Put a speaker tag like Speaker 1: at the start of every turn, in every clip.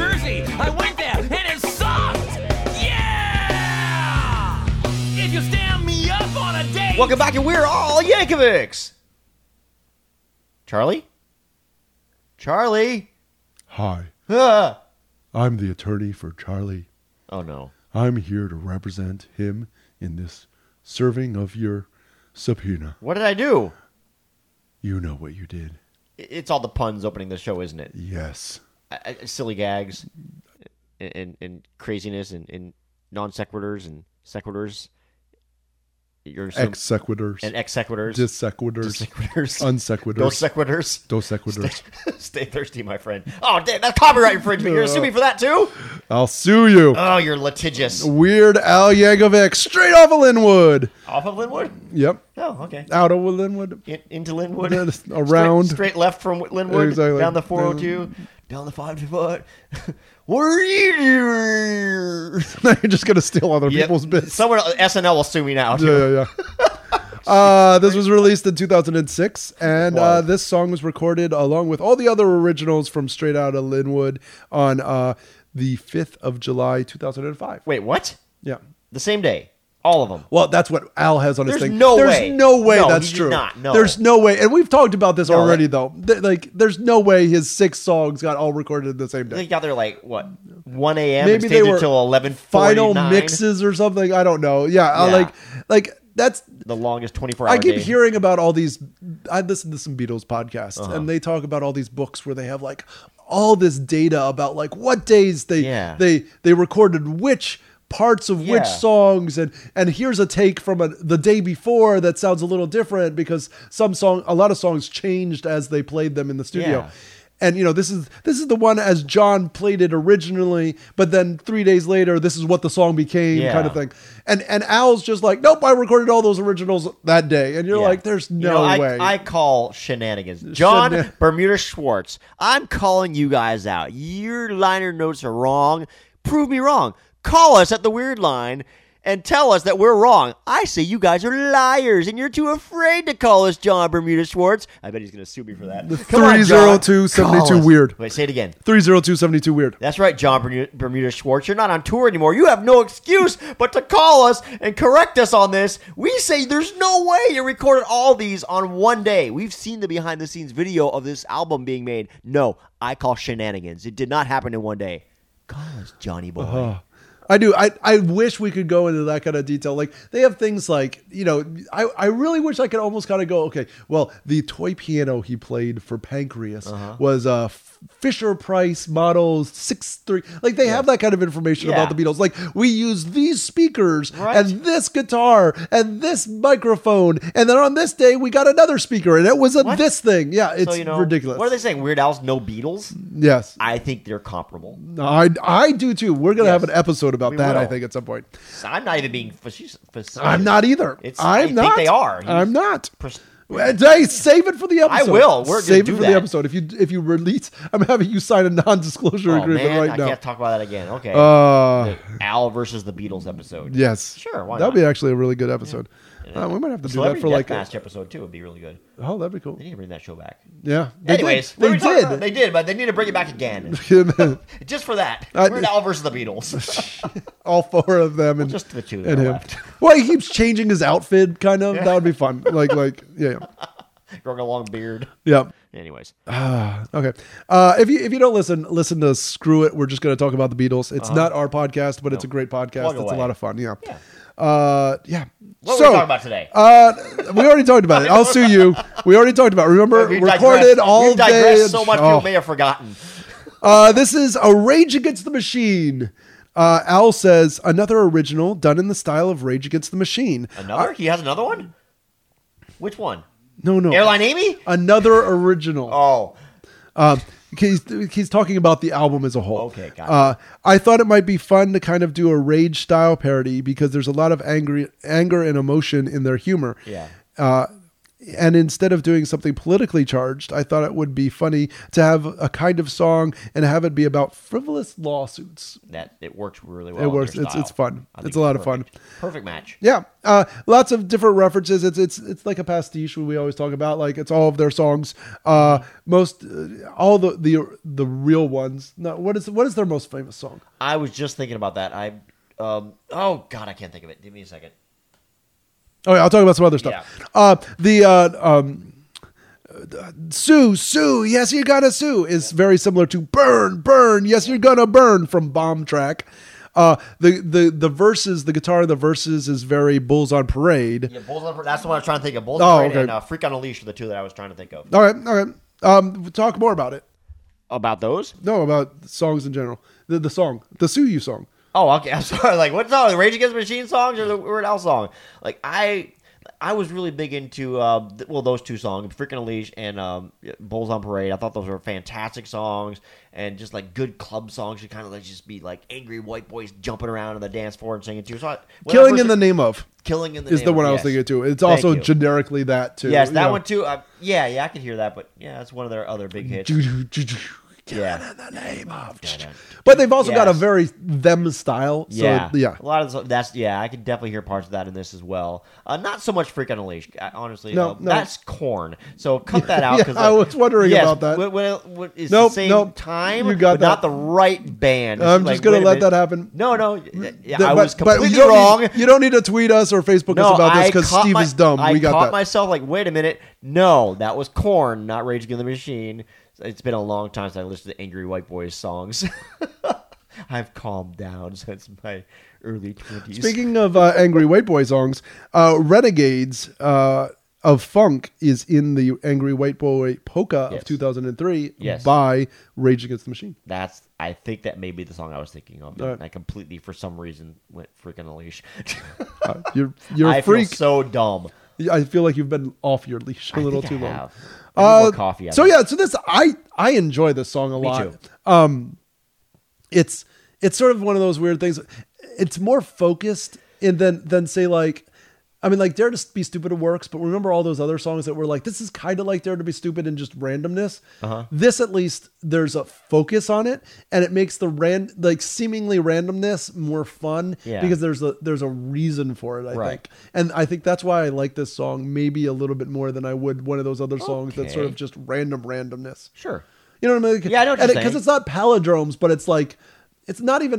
Speaker 1: I went there and it sucked. Yeah. If you stand me up on a date.
Speaker 2: Welcome back, and we're all Yankovics. Charlie? Charlie?
Speaker 3: Hi,
Speaker 2: Ah.
Speaker 3: I'm the attorney for Charlie.
Speaker 2: Oh, no.
Speaker 3: I'm here to represent him in this serving of your subpoena.
Speaker 2: What did I do?
Speaker 3: You know what you did.
Speaker 2: I- It's all the puns opening the show, isn't it?
Speaker 3: Yes.
Speaker 2: I- I- Silly gags and, and, and craziness and, and non sequiturs and sequiturs. You're assuming-
Speaker 3: Ex sequiturs.
Speaker 2: and ex sequiturs.
Speaker 3: Dis sequiturs.
Speaker 2: sequiturs. Dos
Speaker 3: Unsequiturs.
Speaker 2: sequiturs.
Speaker 3: Dos sequiturs.
Speaker 2: Stay thirsty, my friend. Oh, damn, that's copyright infringement. You're assuming for that, too?
Speaker 3: I'll sue you.
Speaker 2: Oh, you're litigious.
Speaker 3: Weird Al Yankovic, straight off of Linwood.
Speaker 2: Off of Linwood?
Speaker 3: Yep.
Speaker 2: Oh, okay.
Speaker 3: Out of Linwood.
Speaker 2: In, into Linwood.
Speaker 3: That is
Speaker 2: Straight-
Speaker 3: around.
Speaker 2: Straight, left from Linwood.
Speaker 3: Exactly.
Speaker 2: Down the 402. Down the oh 525. what are you doing?
Speaker 3: now you're just going to steal other
Speaker 2: Yep.
Speaker 3: people's bits.
Speaker 2: Someone, SNL will sue me now. too.
Speaker 3: yeah, yeah, yeah. Uh, this was released in 2006, and uh,
Speaker 2: Wow.
Speaker 3: this song was recorded along with all the other originals from Straight Outta Linwood on uh, the 5th of July 2005.
Speaker 2: Wait, what?
Speaker 3: Yeah.
Speaker 2: The same day. All of them.
Speaker 3: Well, that's what Al has on his
Speaker 2: There's
Speaker 3: thing.
Speaker 2: no
Speaker 3: there's
Speaker 2: way.
Speaker 3: no way
Speaker 2: No,
Speaker 3: that's
Speaker 2: he did
Speaker 3: true.
Speaker 2: not. No.
Speaker 3: There's no way, and we've talked about this
Speaker 2: No,
Speaker 3: already,
Speaker 2: that-
Speaker 3: though. Th- like, there's no way his six songs got all recorded the same
Speaker 2: They
Speaker 3: day.
Speaker 2: got there like, what, 1 a.m.? and
Speaker 3: Maybe
Speaker 2: stayed
Speaker 3: they were
Speaker 2: until 11
Speaker 3: Final mixes or something. I don't know. Yeah, I
Speaker 2: Yeah.
Speaker 3: like, like that's
Speaker 2: The longest 24 hour
Speaker 3: I keep
Speaker 2: day.
Speaker 3: hearing about all these. I listen to some Beatles podcasts,
Speaker 2: Uh-huh.
Speaker 3: and they talk about all these books where they have like all this data about like what days they
Speaker 2: Yeah.
Speaker 3: they they recorded which parts of
Speaker 2: Yeah.
Speaker 3: which songs and and here's a take from a, the day before that sounds a little different because some song a lot of songs changed as they played them in the studio
Speaker 2: Yeah.
Speaker 3: and you know this is this is the one as john played it originally but then three days later this is what the song became
Speaker 2: Yeah.
Speaker 3: kind of thing and and al's just like nope i recorded all those originals that day and you're
Speaker 2: Yeah.
Speaker 3: like there's
Speaker 2: You
Speaker 3: no
Speaker 2: know, I,
Speaker 3: way
Speaker 2: I call shenanigans. John
Speaker 3: Shenan-
Speaker 2: Bermuda Schwartz, I'm calling you guys out. Your liner notes are wrong. Prove me wrong. Call us at the weird line and tell us that we're wrong. I say you guys are liars and you're too afraid to call us John Bermuda Schwartz. I bet he's going to sue me for that. Come on, John.
Speaker 3: 302-72
Speaker 2: Call us.
Speaker 3: weird.
Speaker 2: Wait, say it again.
Speaker 3: 30272 weird
Speaker 2: That's right, John Bermu- Bermuda Schwartz. You're not on tour anymore. You have no excuse but to call us and correct us on this. We say there's no way you recorded all these on one day. We've seen the behind the scenes video of this album being made. No, I call shenanigans. It did not happen in one day. Call us, Johnny Boy.
Speaker 3: Uh-huh. I do. I, I wish we could go into that kind of detail. Like they have things like, you know, I, I really wish I could almost kind of go, okay, well, the toy piano he played for Pancreas
Speaker 2: Uh-huh.
Speaker 3: was a F- Fisher Price model six three. Like they have that kind of information
Speaker 2: Yeah.
Speaker 3: about the Beatles. Like we use these speakers
Speaker 2: Right.
Speaker 3: and this guitar and this microphone. And then on this day we got another speaker and it was a
Speaker 2: What?
Speaker 3: this thing. Yeah, it's
Speaker 2: so, you know,
Speaker 3: ridiculous.
Speaker 2: What are they saying? Weird Al's no Beatles?
Speaker 3: yes.
Speaker 2: I think they're comparable.
Speaker 3: I, I do too. We're going to
Speaker 2: Yes.
Speaker 3: have an episode about
Speaker 2: We
Speaker 3: that, I
Speaker 2: will.
Speaker 3: think, at some point.
Speaker 2: I'm not even being facetious.
Speaker 3: I'm not e- either.
Speaker 2: It's- I
Speaker 3: I'm
Speaker 2: think
Speaker 3: not.
Speaker 2: they are. You-
Speaker 3: I'm not.
Speaker 2: Pers-
Speaker 3: Well, Hey, save it for the episode.
Speaker 2: will. We're gonna
Speaker 3: save
Speaker 2: do
Speaker 3: it for
Speaker 2: that.
Speaker 3: the episode. If you if you release, I'm having you sign a non-disclosure
Speaker 2: Oh,
Speaker 3: agreement
Speaker 2: man,
Speaker 3: right
Speaker 2: I
Speaker 3: now.
Speaker 2: can't talk about that again. Okay.
Speaker 3: Uh,
Speaker 2: Al versus the Beatles episode.
Speaker 3: yes.
Speaker 2: Sure, why
Speaker 3: That'd
Speaker 2: not?
Speaker 3: be actually a really good episode. Uh, we might have to do that
Speaker 2: Celebrity
Speaker 3: for like. A,
Speaker 2: Deathmatch episode two would be really good.
Speaker 3: oh, that'd be cool.
Speaker 2: They need to bring that show back.
Speaker 3: Yeah. They
Speaker 2: Anyways,
Speaker 3: did.
Speaker 2: what
Speaker 3: they
Speaker 2: were we talking about?
Speaker 3: did.
Speaker 2: They did, but they need to bring it back again, just for that.
Speaker 3: I-
Speaker 2: We're now versus the Beatles.
Speaker 3: All four of them and
Speaker 2: just the two that
Speaker 3: and
Speaker 2: are
Speaker 3: him.
Speaker 2: left.
Speaker 3: Well, he keeps changing his outfit, kind of. That would be fun. Like like yeah
Speaker 2: Growing a long beard.
Speaker 3: yeah.
Speaker 2: Anyways,
Speaker 3: Okay. Uh, if you if you don't listen, listen to Screw It. We're just going to talk about the Beatles. It's not our podcast, but it's a great podcast.
Speaker 2: Uh-huh. Plug
Speaker 3: It's a
Speaker 2: away.
Speaker 3: lot of fun. Yeah.
Speaker 2: Yeah.
Speaker 3: Uh, yeah.
Speaker 2: what
Speaker 3: so,
Speaker 2: are we talking about today?
Speaker 3: Uh, we already talked about it. I'll sue you. We already talked about. It. Remember,
Speaker 2: We've
Speaker 3: recorded
Speaker 2: digressed-
Speaker 3: all
Speaker 2: we've
Speaker 3: day.
Speaker 2: digressed
Speaker 3: and-
Speaker 2: so much
Speaker 3: Oh.
Speaker 2: people may have forgotten.
Speaker 3: Uh, this is a Rage Against the Machine. Uh, Al says another original done in the style of Rage Against the Machine.
Speaker 2: Another? he has another one. Which one?
Speaker 3: No, Uh, no.
Speaker 2: Airline Amy?
Speaker 3: Another original.
Speaker 2: Oh,
Speaker 3: Um, he's, he's talking about the album as a whole.
Speaker 2: Okay, got it.
Speaker 3: Uh, I thought it might be fun to kind of do a rage style parody because there's a lot of angry anger and emotion in their humor.
Speaker 2: yeah.
Speaker 3: Uh, and instead of doing something politically charged, I thought it would be funny to have a kind of song and have it be about frivolous lawsuits.
Speaker 2: that it works really well.
Speaker 3: It
Speaker 2: in their
Speaker 3: works. It's it's
Speaker 2: style.
Speaker 3: fun.
Speaker 2: I think
Speaker 3: It's a lot of fun.
Speaker 2: perfect. Perfect match.
Speaker 3: Yeah, uh, lots of different references. It's it's it's like a pastiche we always talk about. Like it's all of their songs. Uh,
Speaker 2: Mm-hmm.
Speaker 3: most uh, all the the the real ones. No, what is what is their most famous song?
Speaker 2: I was just thinking about that. I, um, oh god, I can't think of it. Give me a second.
Speaker 3: Oh, yeah, I'll talk about some other stuff. Uh, the uh, um, uh, Sue, Sue, yes, you're gonna sue is very similar to burn, burn, yes, you're gonna burn from Bomb Track. Uh, the the the verses, the guitar, in the verses is very Bulls on Parade.
Speaker 2: Yeah, Bulls on Parade- That's the one I was trying to think of. Bulls
Speaker 3: Oh,
Speaker 2: on Parade
Speaker 3: okay.
Speaker 2: and uh, Freak on a Leash are the two that I was trying to think of.
Speaker 3: All right, all right. Um, we'll talk more about it.
Speaker 2: About those?
Speaker 3: No, about songs in general. The the song, the Sue You song.
Speaker 2: Oh, okay. I'm sorry. Like, what's all the Rage Against the Machine songs or the Weird Al song? Like, I. I was really big into uh, th- well those two songs, "Freaking a Leash" and um, "Bulls on Parade." I thought those were fantastic songs, and just like good club songs, you kind of like just be like angry white boys jumping around on the dance floor and singing too. So, I, when I
Speaker 3: Killing
Speaker 2: first-
Speaker 3: in the name of
Speaker 2: killing in the
Speaker 3: is
Speaker 2: name
Speaker 3: the
Speaker 2: of-
Speaker 3: one I was
Speaker 2: yes.
Speaker 3: thinking too. It's
Speaker 2: Thank
Speaker 3: also
Speaker 2: you.
Speaker 3: generically that too.
Speaker 2: Yes, that
Speaker 3: you know.
Speaker 2: one too. Uh, yeah, yeah, I can hear that, but yeah, that's one of their other big hits.
Speaker 3: Killing
Speaker 2: Yeah.
Speaker 3: in the name of. But they've also got a
Speaker 2: Yes.
Speaker 3: very them style. So
Speaker 2: yeah,
Speaker 3: yeah. yeah.
Speaker 2: A lot of the, that's yeah. I can definitely hear parts of that in this as well. Uh, not so much "Freak on a Leash," I- honestly.
Speaker 3: No,
Speaker 2: uh,
Speaker 3: no.
Speaker 2: that's corn. So cut that out.
Speaker 3: Yeah,
Speaker 2: 'cause,
Speaker 3: I
Speaker 2: uh,
Speaker 3: was wondering
Speaker 2: yes,
Speaker 3: about that.
Speaker 2: When, when it- when it's
Speaker 3: Nope,
Speaker 2: the same
Speaker 3: nope.
Speaker 2: time,
Speaker 3: You got
Speaker 2: but not
Speaker 3: that.
Speaker 2: the right band. It's
Speaker 3: I'm
Speaker 2: like,
Speaker 3: just gonna
Speaker 2: wait a
Speaker 3: let
Speaker 2: minute.
Speaker 3: that happen.
Speaker 2: No, no, y- yeah,
Speaker 3: Th-
Speaker 2: I
Speaker 3: but-
Speaker 2: was
Speaker 3: but you
Speaker 2: completely
Speaker 3: don't
Speaker 2: wrong.
Speaker 3: Need, you don't need to tweet us or Facebook us about this because
Speaker 2: caught
Speaker 3: Steve
Speaker 2: my-
Speaker 3: is dumb.
Speaker 2: I
Speaker 3: we got
Speaker 2: caught
Speaker 3: that.
Speaker 2: myself like, wait a minute, no, that was corn, not Rage Against the Machine. It's been a long time since I listened to Angry White Boys songs. I've calmed down since my early twenties.
Speaker 3: Speaking of uh, angry white boy songs, uh, Renegades uh, of Funk is in the Angry White Boy Polka
Speaker 2: Yes.
Speaker 3: of 2003
Speaker 2: Yes.
Speaker 3: by Rage Against the Machine.
Speaker 2: That's I think that may be the song I was thinking of.
Speaker 3: All
Speaker 2: and
Speaker 3: right.
Speaker 2: I completely, for some reason, went freaking leash.
Speaker 3: Uh, you're you're
Speaker 2: I
Speaker 3: a freak.
Speaker 2: feel so dumb.
Speaker 3: I feel like you've been off your leash a
Speaker 2: I
Speaker 3: little
Speaker 2: think
Speaker 3: too
Speaker 2: I
Speaker 3: long.
Speaker 2: have. I need more coffee. I
Speaker 3: Uh, So
Speaker 2: think.
Speaker 3: yeah, so this I I enjoy this song a
Speaker 2: Me
Speaker 3: lot.
Speaker 2: too.
Speaker 3: Um it's it's sort of one of those weird things. It's more focused and then than say like I mean like Dare to Be Stupid works, but remember all those other songs that were like this is kind of like Dare to Be Stupid and just randomness. Uh-huh. This at least there's a focus on it and it makes the ran like seemingly randomness more fun
Speaker 2: Yeah.
Speaker 3: because there's a there's a reason for it, I
Speaker 2: Right.
Speaker 3: think. And I think that's why I like this song maybe a little bit more than I would one of those other songs that sort
Speaker 2: Okay.
Speaker 3: of just random randomness.
Speaker 2: Sure.
Speaker 3: You know what I mean? Like,
Speaker 2: Yeah, I know what you're saying.
Speaker 3: Because it's not palindromes, but it's like it's not even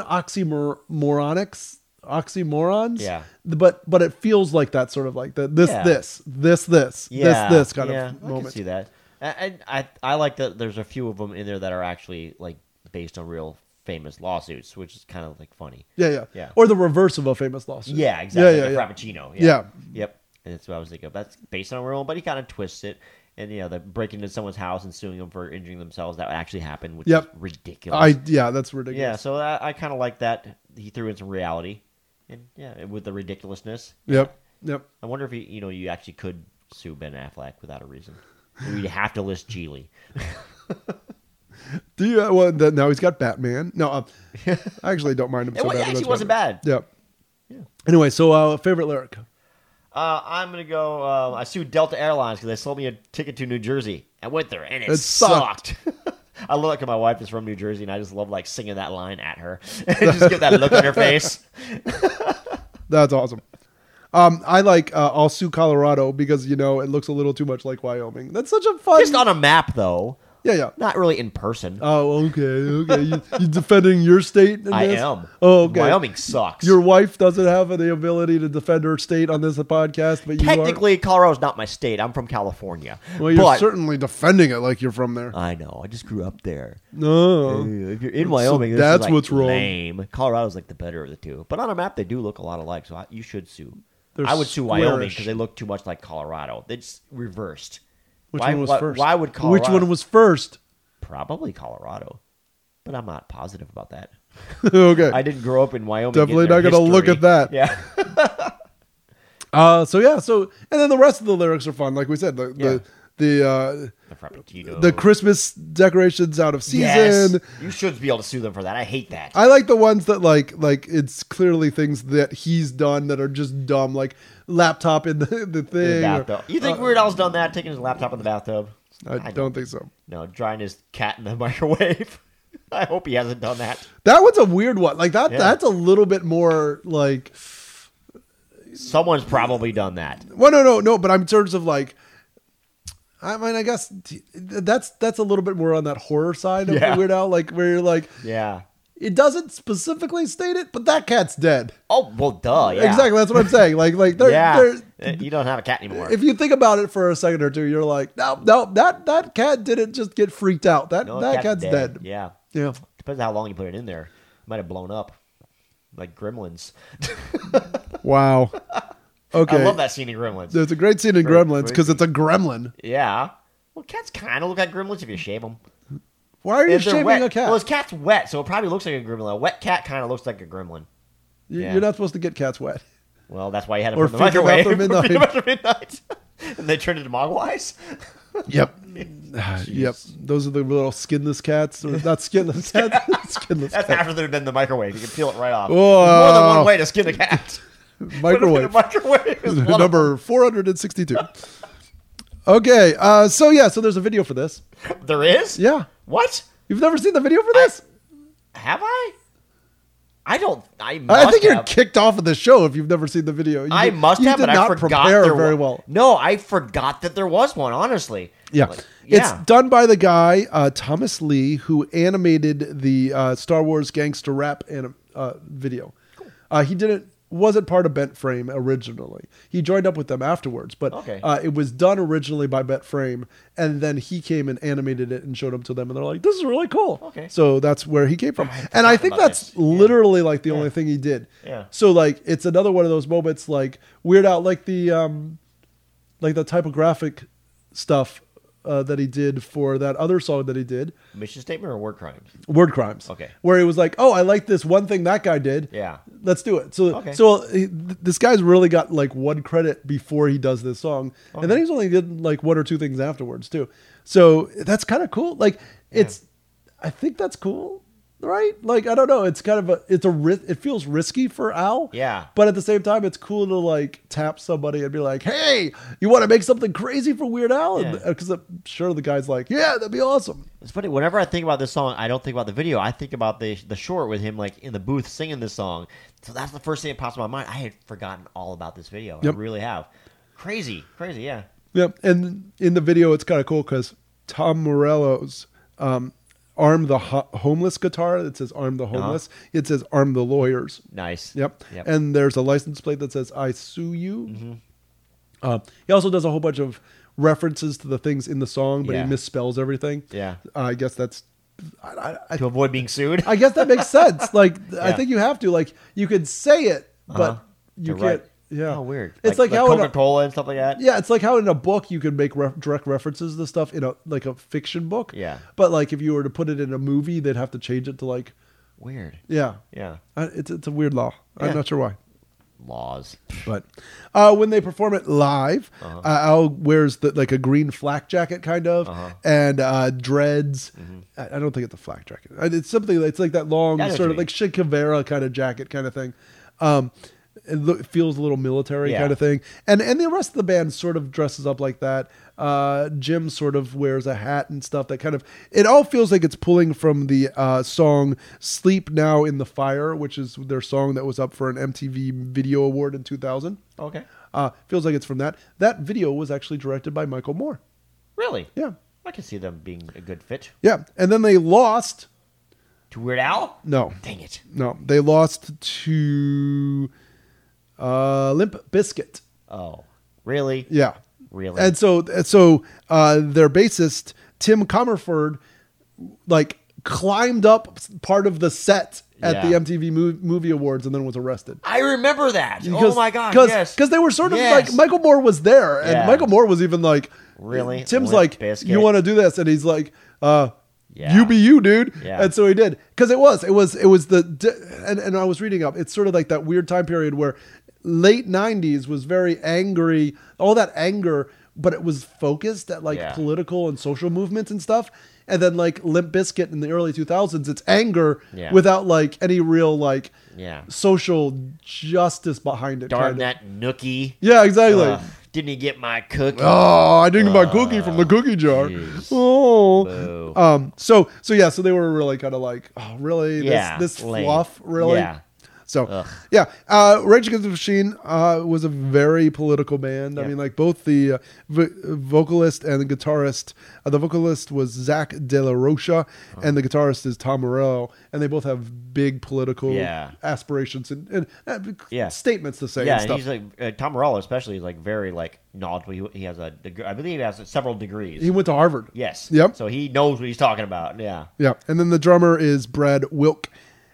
Speaker 3: oxymoronics, oxymorons.
Speaker 2: Yeah.
Speaker 3: But but it feels like that sort of like the this
Speaker 2: Yeah.
Speaker 3: this this this
Speaker 2: Yeah,
Speaker 3: this this kind
Speaker 2: yeah,
Speaker 3: of
Speaker 2: I can
Speaker 3: moment.
Speaker 2: see that, and I, I I like that. There's a few of them in there that are actually like based on real famous lawsuits, which is kind of like funny.
Speaker 3: Yeah, yeah,
Speaker 2: Yeah.
Speaker 3: Or the reverse of a famous lawsuit.
Speaker 2: Yeah, exactly.
Speaker 3: Yeah, yeah,
Speaker 2: the
Speaker 3: yeah.
Speaker 2: Frappuccino.
Speaker 3: Yeah.
Speaker 2: Yep. And that's what I was thinking of. That's based on a real, one, but he kind of twists it. And you know, the breaking into someone's house and suing them for injuring themselves that actually happened, which
Speaker 3: Yep.
Speaker 2: is ridiculous.
Speaker 3: I yeah, that's ridiculous.
Speaker 2: yeah, so I, I kind of like that he threw in some reality, and yeah, with the ridiculousness.
Speaker 3: Yep. Yep.
Speaker 2: I wonder if he, you know, you actually could sue Ben Affleck without a reason. You'd have to list Geely.
Speaker 3: Do you? Uh, well, th- now he's got Batman. No, uh, I actually don't mind him.
Speaker 2: It
Speaker 3: so
Speaker 2: wa-
Speaker 3: bad
Speaker 2: actually
Speaker 3: about
Speaker 2: wasn't
Speaker 3: Batman.
Speaker 2: bad.
Speaker 3: Yeah. Anyway, so uh, favorite lyric.
Speaker 2: Uh, I'm gonna go. Um, I sued Delta Airlines because they sold me a ticket to New Jersey. I went there and it,
Speaker 3: It
Speaker 2: sucked.
Speaker 3: sucked.
Speaker 2: I love it because my wife is from New Jersey and I just love like singing that line at her. just give that look on her face.
Speaker 3: That's awesome. Um, I like uh, I'll sue Colorado because you know it looks a little too much like Wyoming. That's such a fun.
Speaker 2: Just on a map though,
Speaker 3: yeah, yeah.
Speaker 2: not really in person.
Speaker 3: Oh, okay, okay. You, you defending your state? in
Speaker 2: I
Speaker 3: this?
Speaker 2: am.
Speaker 3: Oh, okay.
Speaker 2: Wyoming sucks.
Speaker 3: Your wife doesn't have the ability to defend her state on this podcast, but you
Speaker 2: Technically, Colorado's not my state. I'm from California.
Speaker 3: are. Well, you're
Speaker 2: but Uh,
Speaker 3: certainly defending it like you're from there.
Speaker 2: I know. I just grew up there.
Speaker 3: No.
Speaker 2: Ew, If you're in Wyoming, this
Speaker 3: that's
Speaker 2: is like
Speaker 3: what's wrong.
Speaker 2: lame. Colorado's like the better of the two, but on a map they do look a lot alike. So I, you should sue.
Speaker 3: They're
Speaker 2: I would sue Wyoming
Speaker 3: squarish.
Speaker 2: because they look too much like Colorado. It's reversed.
Speaker 3: Which
Speaker 2: why,
Speaker 3: one was
Speaker 2: why-
Speaker 3: first?
Speaker 2: Why would Colorado?
Speaker 3: Which one was first?
Speaker 2: probably Colorado? But I'm not positive about that.
Speaker 3: okay.
Speaker 2: I didn't grow up in Wyoming.
Speaker 3: Definitely
Speaker 2: getting their
Speaker 3: not gonna look
Speaker 2: history.
Speaker 3: at that.
Speaker 2: Yeah,
Speaker 3: Uh, so yeah, so and then the rest of the lyrics are fun, like we said. The
Speaker 2: Yeah.
Speaker 3: the, the uh,
Speaker 2: The Frappuccino.
Speaker 3: the Christmas decorations out of season.
Speaker 2: Yes. You should be able to sue them for that. I hate that.
Speaker 3: I like the ones that like like it's clearly things that he's done that are just dumb, like laptop in the, the
Speaker 2: The
Speaker 3: thing. or-
Speaker 2: bathtub. You think Weird Al's done that? Taking his laptop in the bathtub?
Speaker 3: Uh, I, don't, think so.
Speaker 2: No, drying his cat in the microwave. I hope he hasn't done that.
Speaker 3: That one's a weird one. Like that
Speaker 2: Yeah.
Speaker 3: that's a little bit more like
Speaker 2: Someone's probably done that.
Speaker 3: well no no no, but I'm in terms of like I mean, I guess t- that's that's a little bit more on that horror side of
Speaker 2: Yeah.
Speaker 3: Weird Al, like where you're like,
Speaker 2: Yeah.
Speaker 3: it doesn't specifically state it, but that cat's dead.
Speaker 2: Oh well, duh. Yeah.
Speaker 3: Exactly, that's what I'm saying. Like, like they're,
Speaker 2: yeah.
Speaker 3: they're
Speaker 2: Uh, You don't have a cat anymore.
Speaker 3: if you think about it for a second or two, you're like, no, no, that that cat didn't just get freaked out. That
Speaker 2: No,
Speaker 3: that cat's, dead.
Speaker 2: Yeah.
Speaker 3: Yeah.
Speaker 2: Depends how long you put it in there. It might have blown up, like Gremlins.
Speaker 3: Wow. Okay.
Speaker 2: I love that scene in Gremlins.
Speaker 3: There's a great scene in
Speaker 2: Very
Speaker 3: Gremlins because it's a gremlin.
Speaker 2: yeah. Well, cats kind of look like Gremlins if you shave them.
Speaker 3: Why are you
Speaker 2: If they're
Speaker 3: shaving
Speaker 2: wet.
Speaker 3: a cat?
Speaker 2: Well, his cat's wet, so it probably looks like a gremlin. A wet cat kind of looks like a gremlin.
Speaker 3: You-
Speaker 2: yeah.
Speaker 3: You're not supposed to get cats wet.
Speaker 2: Well, that's why he had him
Speaker 3: Or
Speaker 2: in the
Speaker 3: feed them
Speaker 2: microwave
Speaker 3: after midnight.
Speaker 2: Feed them after midnight. and they turned into mogwais.
Speaker 3: Yep. yep. Those are the little skinless cats, or not skinless cats, skinless
Speaker 2: That's
Speaker 3: cats.
Speaker 2: after they've been in the microwave. You can peel it right off.
Speaker 3: Whoa.
Speaker 2: There's more than one way to skin a cat. Put 'em in a
Speaker 3: Microwave.
Speaker 2: microwave. is one of
Speaker 3: Number 462. okay. Uh, so, yeah, so there's a video for this.
Speaker 2: them. There is?
Speaker 3: Yeah.
Speaker 2: What?
Speaker 3: You've never seen the video for this?
Speaker 2: Have I? I don't. I must
Speaker 3: I think
Speaker 2: have.
Speaker 3: you're kicked off of the show if you've never seen the video. You
Speaker 2: I
Speaker 3: did-
Speaker 2: must
Speaker 3: you
Speaker 2: have,
Speaker 3: did
Speaker 2: but I
Speaker 3: not
Speaker 2: forgot
Speaker 3: prepare
Speaker 2: there
Speaker 3: very
Speaker 2: wa-
Speaker 3: well.
Speaker 2: No, I forgot that there was one. Honestly,
Speaker 3: Yeah.
Speaker 2: Like,
Speaker 3: it's
Speaker 2: yeah.
Speaker 3: done by the guy uh, Thomas Lee who animated the uh, Star Wars gangster rap anim- uh, video. Uh, he didn't wasn't part of Bent Frame originally. He joined up with them afterwards, but
Speaker 2: Okay.
Speaker 3: uh, it was done originally by Bent Frame, and then he came and animated it and showed up to them, and they're like, "This is really cool."
Speaker 2: Okay.
Speaker 3: so that's where he came from, and I think
Speaker 2: about
Speaker 3: that's
Speaker 2: this.
Speaker 3: literally like the only thing he did.
Speaker 2: Yeah.
Speaker 3: So like, it's another one of those moments like Weird Out, like the um, like the typographic stuff uh, that he did for that other song that he did,
Speaker 2: mission statement or word crimes.
Speaker 3: Word Crimes.
Speaker 2: Okay.
Speaker 3: Where he was like, "Oh, I like this one thing that guy did.
Speaker 2: Yeah.
Speaker 3: let's do it." So,
Speaker 2: Okay.
Speaker 3: so he, th- this guy's really got like one credit before he does this song, and then he's only did like one or two things afterwards too. So that's kind of cool. Like, it's, I think that's cool. Right, like I don't know, it's kind of a, it's a, ri- it feels risky for Al.
Speaker 2: Yeah.
Speaker 3: but at the same time, it's cool to like tap somebody and be like, "Hey, you want to make something crazy for Weird Al?"
Speaker 2: Yeah.
Speaker 3: Because I'm sure the guy's like, "Yeah, that'd be awesome."
Speaker 2: It's funny. Whenever I think about this song, I don't think about the video. I think about the the short with him like in the booth singing this song. So that's the first thing that pops in my mind. I had forgotten all about this video.
Speaker 3: Yep.
Speaker 2: I really have. Crazy, crazy. Yeah.
Speaker 3: Yep. And in the video, it's kind of cool because Tom Morello's um, "Arm the Ho- Homeless" guitar. It says "Arm the Homeless." It says "Arm the Lawyers."
Speaker 2: Nice.
Speaker 3: Yep.
Speaker 2: Uh-huh. Yep. Mm-hmm.
Speaker 3: And there's a license plate that says "I sue you." Uh, he also does a whole bunch of references to the things in the song, but
Speaker 2: Yeah.
Speaker 3: he misspells everything.
Speaker 2: Yeah.
Speaker 3: Uh, I guess that's. I, I, I
Speaker 2: to avoid being sued.
Speaker 3: I guess that makes sense. Like I
Speaker 2: Yeah.
Speaker 3: think you have to. Like you could say it, but
Speaker 2: Uh-huh.
Speaker 3: you
Speaker 2: To
Speaker 3: can't.
Speaker 2: write-
Speaker 3: Yeah.
Speaker 2: How Oh, weird.
Speaker 3: It's like, how in
Speaker 2: Coca
Speaker 3: a,
Speaker 2: Cola and stuff like that.
Speaker 3: yeah, it's like how in a book you can make ref- direct references to stuff in a like a fiction book.
Speaker 2: Yeah.
Speaker 3: But like if you were to put it in a movie, they'd have to change it to like
Speaker 2: Weird.
Speaker 3: yeah.
Speaker 2: Yeah.
Speaker 3: I, it's it's a weird law. I'm
Speaker 2: Yeah.
Speaker 3: not sure why.
Speaker 2: Laws.
Speaker 3: But uh, when they perform it live,
Speaker 2: Uh-huh.
Speaker 3: uh Al wears the, like a green flak jacket, kind of,
Speaker 2: Uh-huh.
Speaker 3: and uh, dreads. I, I don't think it's a flak jacket. Uh, It's something that's like that long,
Speaker 2: Mm-hmm. I know what
Speaker 3: sort
Speaker 2: you mean.
Speaker 3: of like Che Guevara kind of jacket, kind of thing. Um, it lo- it feels a little military
Speaker 2: Yeah.
Speaker 3: kind of thing, and and the rest of the band sort of dresses up like that. Uh, Jim sort of wears a hat and stuff that kind of it all feels like it's pulling from the uh, song "Sleep Now in the Fire," which is their song that was up for an MTV Video Award in 2000.
Speaker 2: Okay.
Speaker 3: Uh, feels like it's from that. That video was actually directed by Michael Moore.
Speaker 2: Really?
Speaker 3: Yeah.
Speaker 2: I can see them being a good fit
Speaker 3: Yeah. And then they lost.
Speaker 2: to Weird Al.
Speaker 3: No.
Speaker 2: Dang it.
Speaker 3: No. They lost to uh, Limp Biscuit.
Speaker 2: Oh, really?
Speaker 3: Yeah.
Speaker 2: Really?
Speaker 3: And so, and so uh, their bassist, Tim Comerford, like climbed up part of the set at
Speaker 2: Yeah.
Speaker 3: the MTV Mo- Movie Awards and then was arrested.
Speaker 2: I remember that. oh my god.
Speaker 3: Because
Speaker 2: yes.
Speaker 3: 'cause they were sort of
Speaker 2: Yes.
Speaker 3: like Michael Moore was there, and
Speaker 2: Yeah.
Speaker 3: Michael Moore was even like,
Speaker 2: Really? Limp
Speaker 3: Tim's like,
Speaker 2: Bizkit?
Speaker 3: you want to do this, and he's like, uh,
Speaker 2: Yeah.
Speaker 3: you be you, dude.
Speaker 2: Yeah.
Speaker 3: And so he did because it was it was it was the di- and and I was reading up. It's sort of like that weird time period where late '90s was very angry. All that anger but it was focused at like
Speaker 2: Yeah.
Speaker 3: political and social movements and stuff. And then like Limp Biscuit in the early 2000s, it's anger
Speaker 2: Yeah.
Speaker 3: without like any real like
Speaker 2: Yeah.
Speaker 3: social justice behind it.
Speaker 2: Darn
Speaker 3: kinda.
Speaker 2: that nookie.
Speaker 3: Yeah, exactly.
Speaker 2: Ugh, didn't he get my cookie?
Speaker 3: Oh, I didn't get my cookie from the cookie jar.
Speaker 2: jeez.
Speaker 3: Oh,
Speaker 2: Boo.
Speaker 3: um. So so yeah. So they were really kind of like, oh, really?
Speaker 2: Yeah,
Speaker 3: This, this
Speaker 2: lame.
Speaker 3: fluff, really?
Speaker 2: Yeah.
Speaker 3: So yeah, uh, Rage Against the Machine uh, was a very political band. I
Speaker 2: Yeah.
Speaker 3: mean, like both the uh, vo- vocalist and the guitarist. Uh, the vocalist was Zach De La Rocha, and the guitarist is Tom Morello, and they both have big political
Speaker 2: Yeah.
Speaker 3: aspirations and, and uh,
Speaker 2: Yeah.
Speaker 3: statements to say.
Speaker 2: Yeah,
Speaker 3: and
Speaker 2: and
Speaker 3: stuff.
Speaker 2: he's like uh, Tom Morello, especially, is like very like knowledgeable. He, he has a degree. I believe he has several degrees.
Speaker 3: he went to Harvard.
Speaker 2: yes.
Speaker 3: Yep.
Speaker 2: So he knows what he's talking about. Yeah.
Speaker 3: Yeah, and then the drummer is Brad Wilk,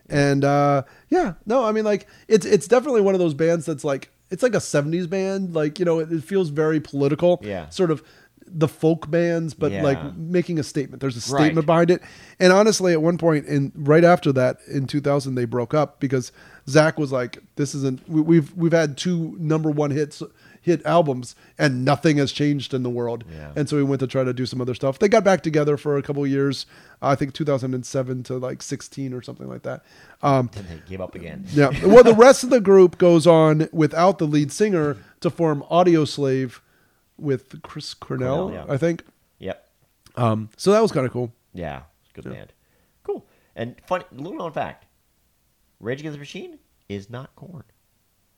Speaker 3: and uh, yeah, no, I mean like it's it's definitely one of those bands that's like it's like a '70s band, like you know it, it feels very political,
Speaker 2: Yeah.
Speaker 3: sort of the folk bands, but
Speaker 2: Yeah.
Speaker 3: like making a statement. There's a
Speaker 2: Right.
Speaker 3: statement behind it, and honestly, at one point in right after that in 2000, they broke up because Zach was like, "This isn't we, we've we've had two number one hits." hit albums and nothing has changed in the world
Speaker 2: Yeah.
Speaker 3: and so we went to try to do some other stuff. They got back together for a couple of years, I think 2007 to like 16 or something like that. Um,
Speaker 2: And they give up again.
Speaker 3: yeah. Well, the rest of the group goes on without the lead singer to form Audio Slave with Chris Cornell,
Speaker 2: Cornell, yeah.
Speaker 3: I think.
Speaker 2: Yep.
Speaker 3: Um, so that was kind of cool.
Speaker 2: Yeah. It's a good band. Cool. And fun little known fact. Rage Against the Machine is not corn.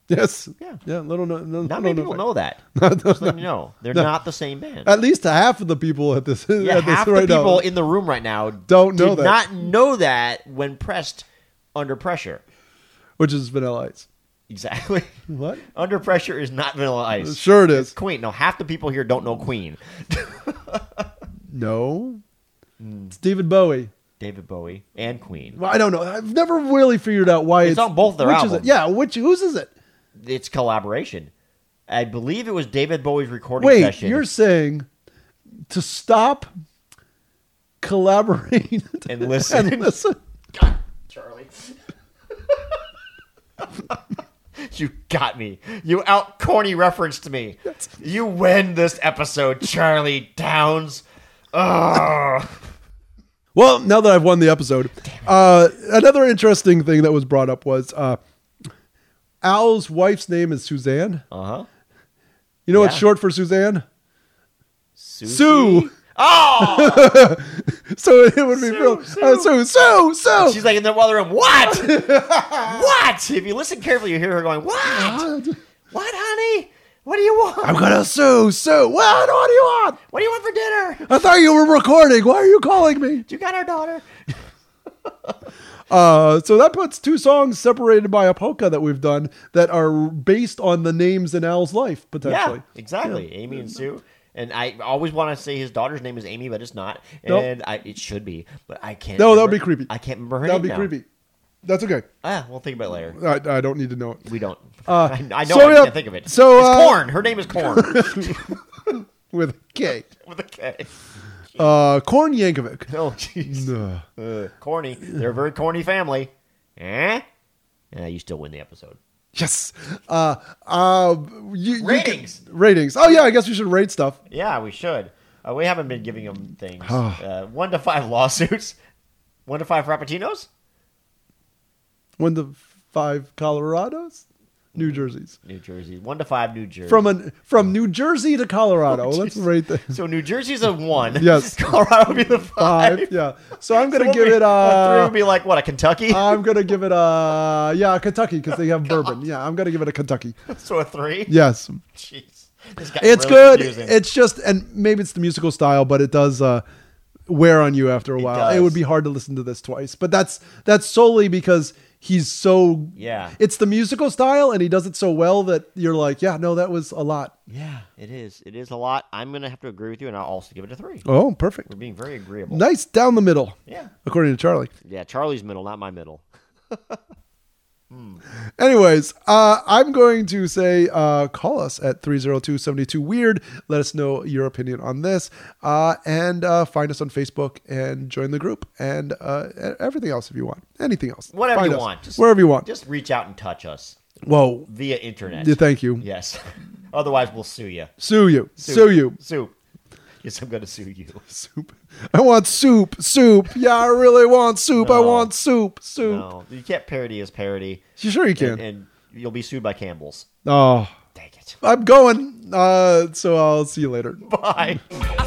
Speaker 3: Yes.
Speaker 2: Yeah.
Speaker 3: Yeah. Little no. no
Speaker 2: Not
Speaker 3: no, Uh,
Speaker 2: many people know that. Just let you know. They're not the same band.
Speaker 3: At least half of the people at this,
Speaker 2: yeah,
Speaker 3: at this
Speaker 2: half the
Speaker 3: right now-
Speaker 2: people in the room right now
Speaker 3: Don't know
Speaker 2: did
Speaker 3: that.
Speaker 2: not know that when pressed under pressure.
Speaker 3: which is Vanilla Ice.
Speaker 2: Exactly.
Speaker 3: What?
Speaker 2: under pressure is not Vanilla Ice.
Speaker 3: Sure, it is.
Speaker 2: Queen. No, half the people here don't know Queen.
Speaker 3: No.
Speaker 2: Hmm.
Speaker 3: It's David Bowie.
Speaker 2: David Bowie and Queen.
Speaker 3: Well, I don't know. I've never really figured out why
Speaker 2: It's
Speaker 3: it's,
Speaker 2: on both their
Speaker 3: which Is it?
Speaker 2: albums.
Speaker 3: Yeah, which whose is it?
Speaker 2: It's collaboration. I believe it was David Bowie's recording
Speaker 3: Wait,
Speaker 2: session.
Speaker 3: you're saying to stop, collaborate,
Speaker 2: And listen.
Speaker 3: and listen.
Speaker 2: Charlie. you got me. You out corny referenced me. You win this episode, Charlie Downs. Ugh.
Speaker 3: Well, now that I've won the episode, uh, another interesting thing that was brought up was uh, Al's wife's name is Suzanne.
Speaker 2: Uh huh.
Speaker 3: You know what's
Speaker 2: Yeah.
Speaker 3: short for Suzanne?
Speaker 2: Sue.
Speaker 3: Sue.
Speaker 2: Oh,
Speaker 3: So it would be
Speaker 2: Sue,
Speaker 3: real. Uh, Sue, Sue, Sue.
Speaker 2: she's like in the other room. What? what? If you listen carefully, you hear her going, "What? What, honey? What do you want?
Speaker 3: I'm gonna sue, Sue. What? What do you want?
Speaker 2: What do you want for dinner?
Speaker 3: I thought you were recording. Why are you calling me?
Speaker 2: You got our daughter."
Speaker 3: Uh, so that puts two songs separated by a polka that we've done that are based on the names in Al's life potentially.
Speaker 2: Yeah, exactly. Amy and Sue. And I always want to say his daughter's name is Amy, but it's not.
Speaker 3: Nope.
Speaker 2: And I, it should be, but I can't.
Speaker 3: No, that would
Speaker 2: remember-
Speaker 3: be creepy.
Speaker 2: I can't remember her
Speaker 3: That'd be
Speaker 2: name. now.
Speaker 3: creepy. That's okay.
Speaker 2: Ah, we'll think about it later.
Speaker 3: I, I don't need to know it.
Speaker 2: We don't.
Speaker 3: Uh,
Speaker 2: I, I know.
Speaker 3: so,
Speaker 2: I
Speaker 3: yeah,
Speaker 2: can't think of it.
Speaker 3: so,
Speaker 2: it's
Speaker 3: uh,
Speaker 2: corn. Her name is corn
Speaker 3: With a K.
Speaker 2: with a K.
Speaker 3: Uh, Korn Yankovic.
Speaker 2: Oh, jeez.
Speaker 3: Ugh.
Speaker 2: Uh, corny. They're a very corny family. Eh? Yeah, you still win the episode.
Speaker 3: Yes. Uh, uh, you, you can-
Speaker 2: Ratings.
Speaker 3: ratings. Oh, yeah, I guess we should rate stuff.
Speaker 2: Yeah, we should. Uh, we haven't been giving them things. uh, one to five lawsuits. One to five frappuccinos.
Speaker 3: One to five Colorados, New Jerseys.
Speaker 2: New Jersey. One to five New Jersey.
Speaker 3: From an, from New Jersey to Colorado. Let's
Speaker 2: jeez.
Speaker 3: rate the
Speaker 2: So New Jersey's a one.
Speaker 3: Yes.
Speaker 2: Colorado would be the five.
Speaker 3: five. Yeah. So I'm
Speaker 2: So
Speaker 3: going to
Speaker 2: what
Speaker 3: give
Speaker 2: would
Speaker 3: it
Speaker 2: be- what three
Speaker 3: uh,
Speaker 2: would be like what a Kentucky.
Speaker 3: I'm gonna give it a yeah Kentucky because they have bourbon. Yeah, I'm gonna give it a Kentucky.
Speaker 2: so a three.
Speaker 3: Yes,
Speaker 2: Jeez, this got
Speaker 3: it's
Speaker 2: really
Speaker 3: good.
Speaker 2: confusing.
Speaker 3: It's just and maybe it's the musical style, but it does uh, wear on you after a while. It
Speaker 2: does.
Speaker 3: would be hard to listen to this twice, but that's that's solely because he's so
Speaker 2: Yeah.
Speaker 3: It's the musical style, and he does it so well that you're like, yeah, no, that was a lot.
Speaker 2: yeah, it is. It is a lot. I'm gonna have to agree with you, and I'll also give it a three.
Speaker 3: Oh, perfect.
Speaker 2: We're being very agreeable.
Speaker 3: Nice down the middle,
Speaker 2: Yeah,
Speaker 3: according to Charlie.
Speaker 2: yeah. Charlie's middle, not my middle.
Speaker 3: Anyways, uh, I'm going to say uh, call us at 302 72 Weird. Let us know your opinion on this. Uh, and uh, find us on Facebook and join the group and uh, e- everything else if you want. Anything else.
Speaker 2: Whatever
Speaker 3: Find
Speaker 2: you
Speaker 3: us.
Speaker 2: want. Just-
Speaker 3: wherever you want.
Speaker 2: Just reach out and touch us
Speaker 3: Whoa.
Speaker 2: via internet.
Speaker 3: Yeah, Thank you.
Speaker 2: yes. Otherwise, we'll sue you.
Speaker 3: Sue you. Sue you.
Speaker 2: Sue. Yes, I'm going to sue you.
Speaker 3: Soup. I want soup. Soup. Yeah, I really want soup. I
Speaker 2: No.
Speaker 3: want soup. Soup.
Speaker 2: No, you can't parody his parody,
Speaker 3: Sure you can.
Speaker 2: and, and you'll be sued by Campbell's.
Speaker 3: oh,
Speaker 2: Dang it.
Speaker 3: I'm going. Uh, so I'll see you later.
Speaker 2: Bye.
Speaker 1: I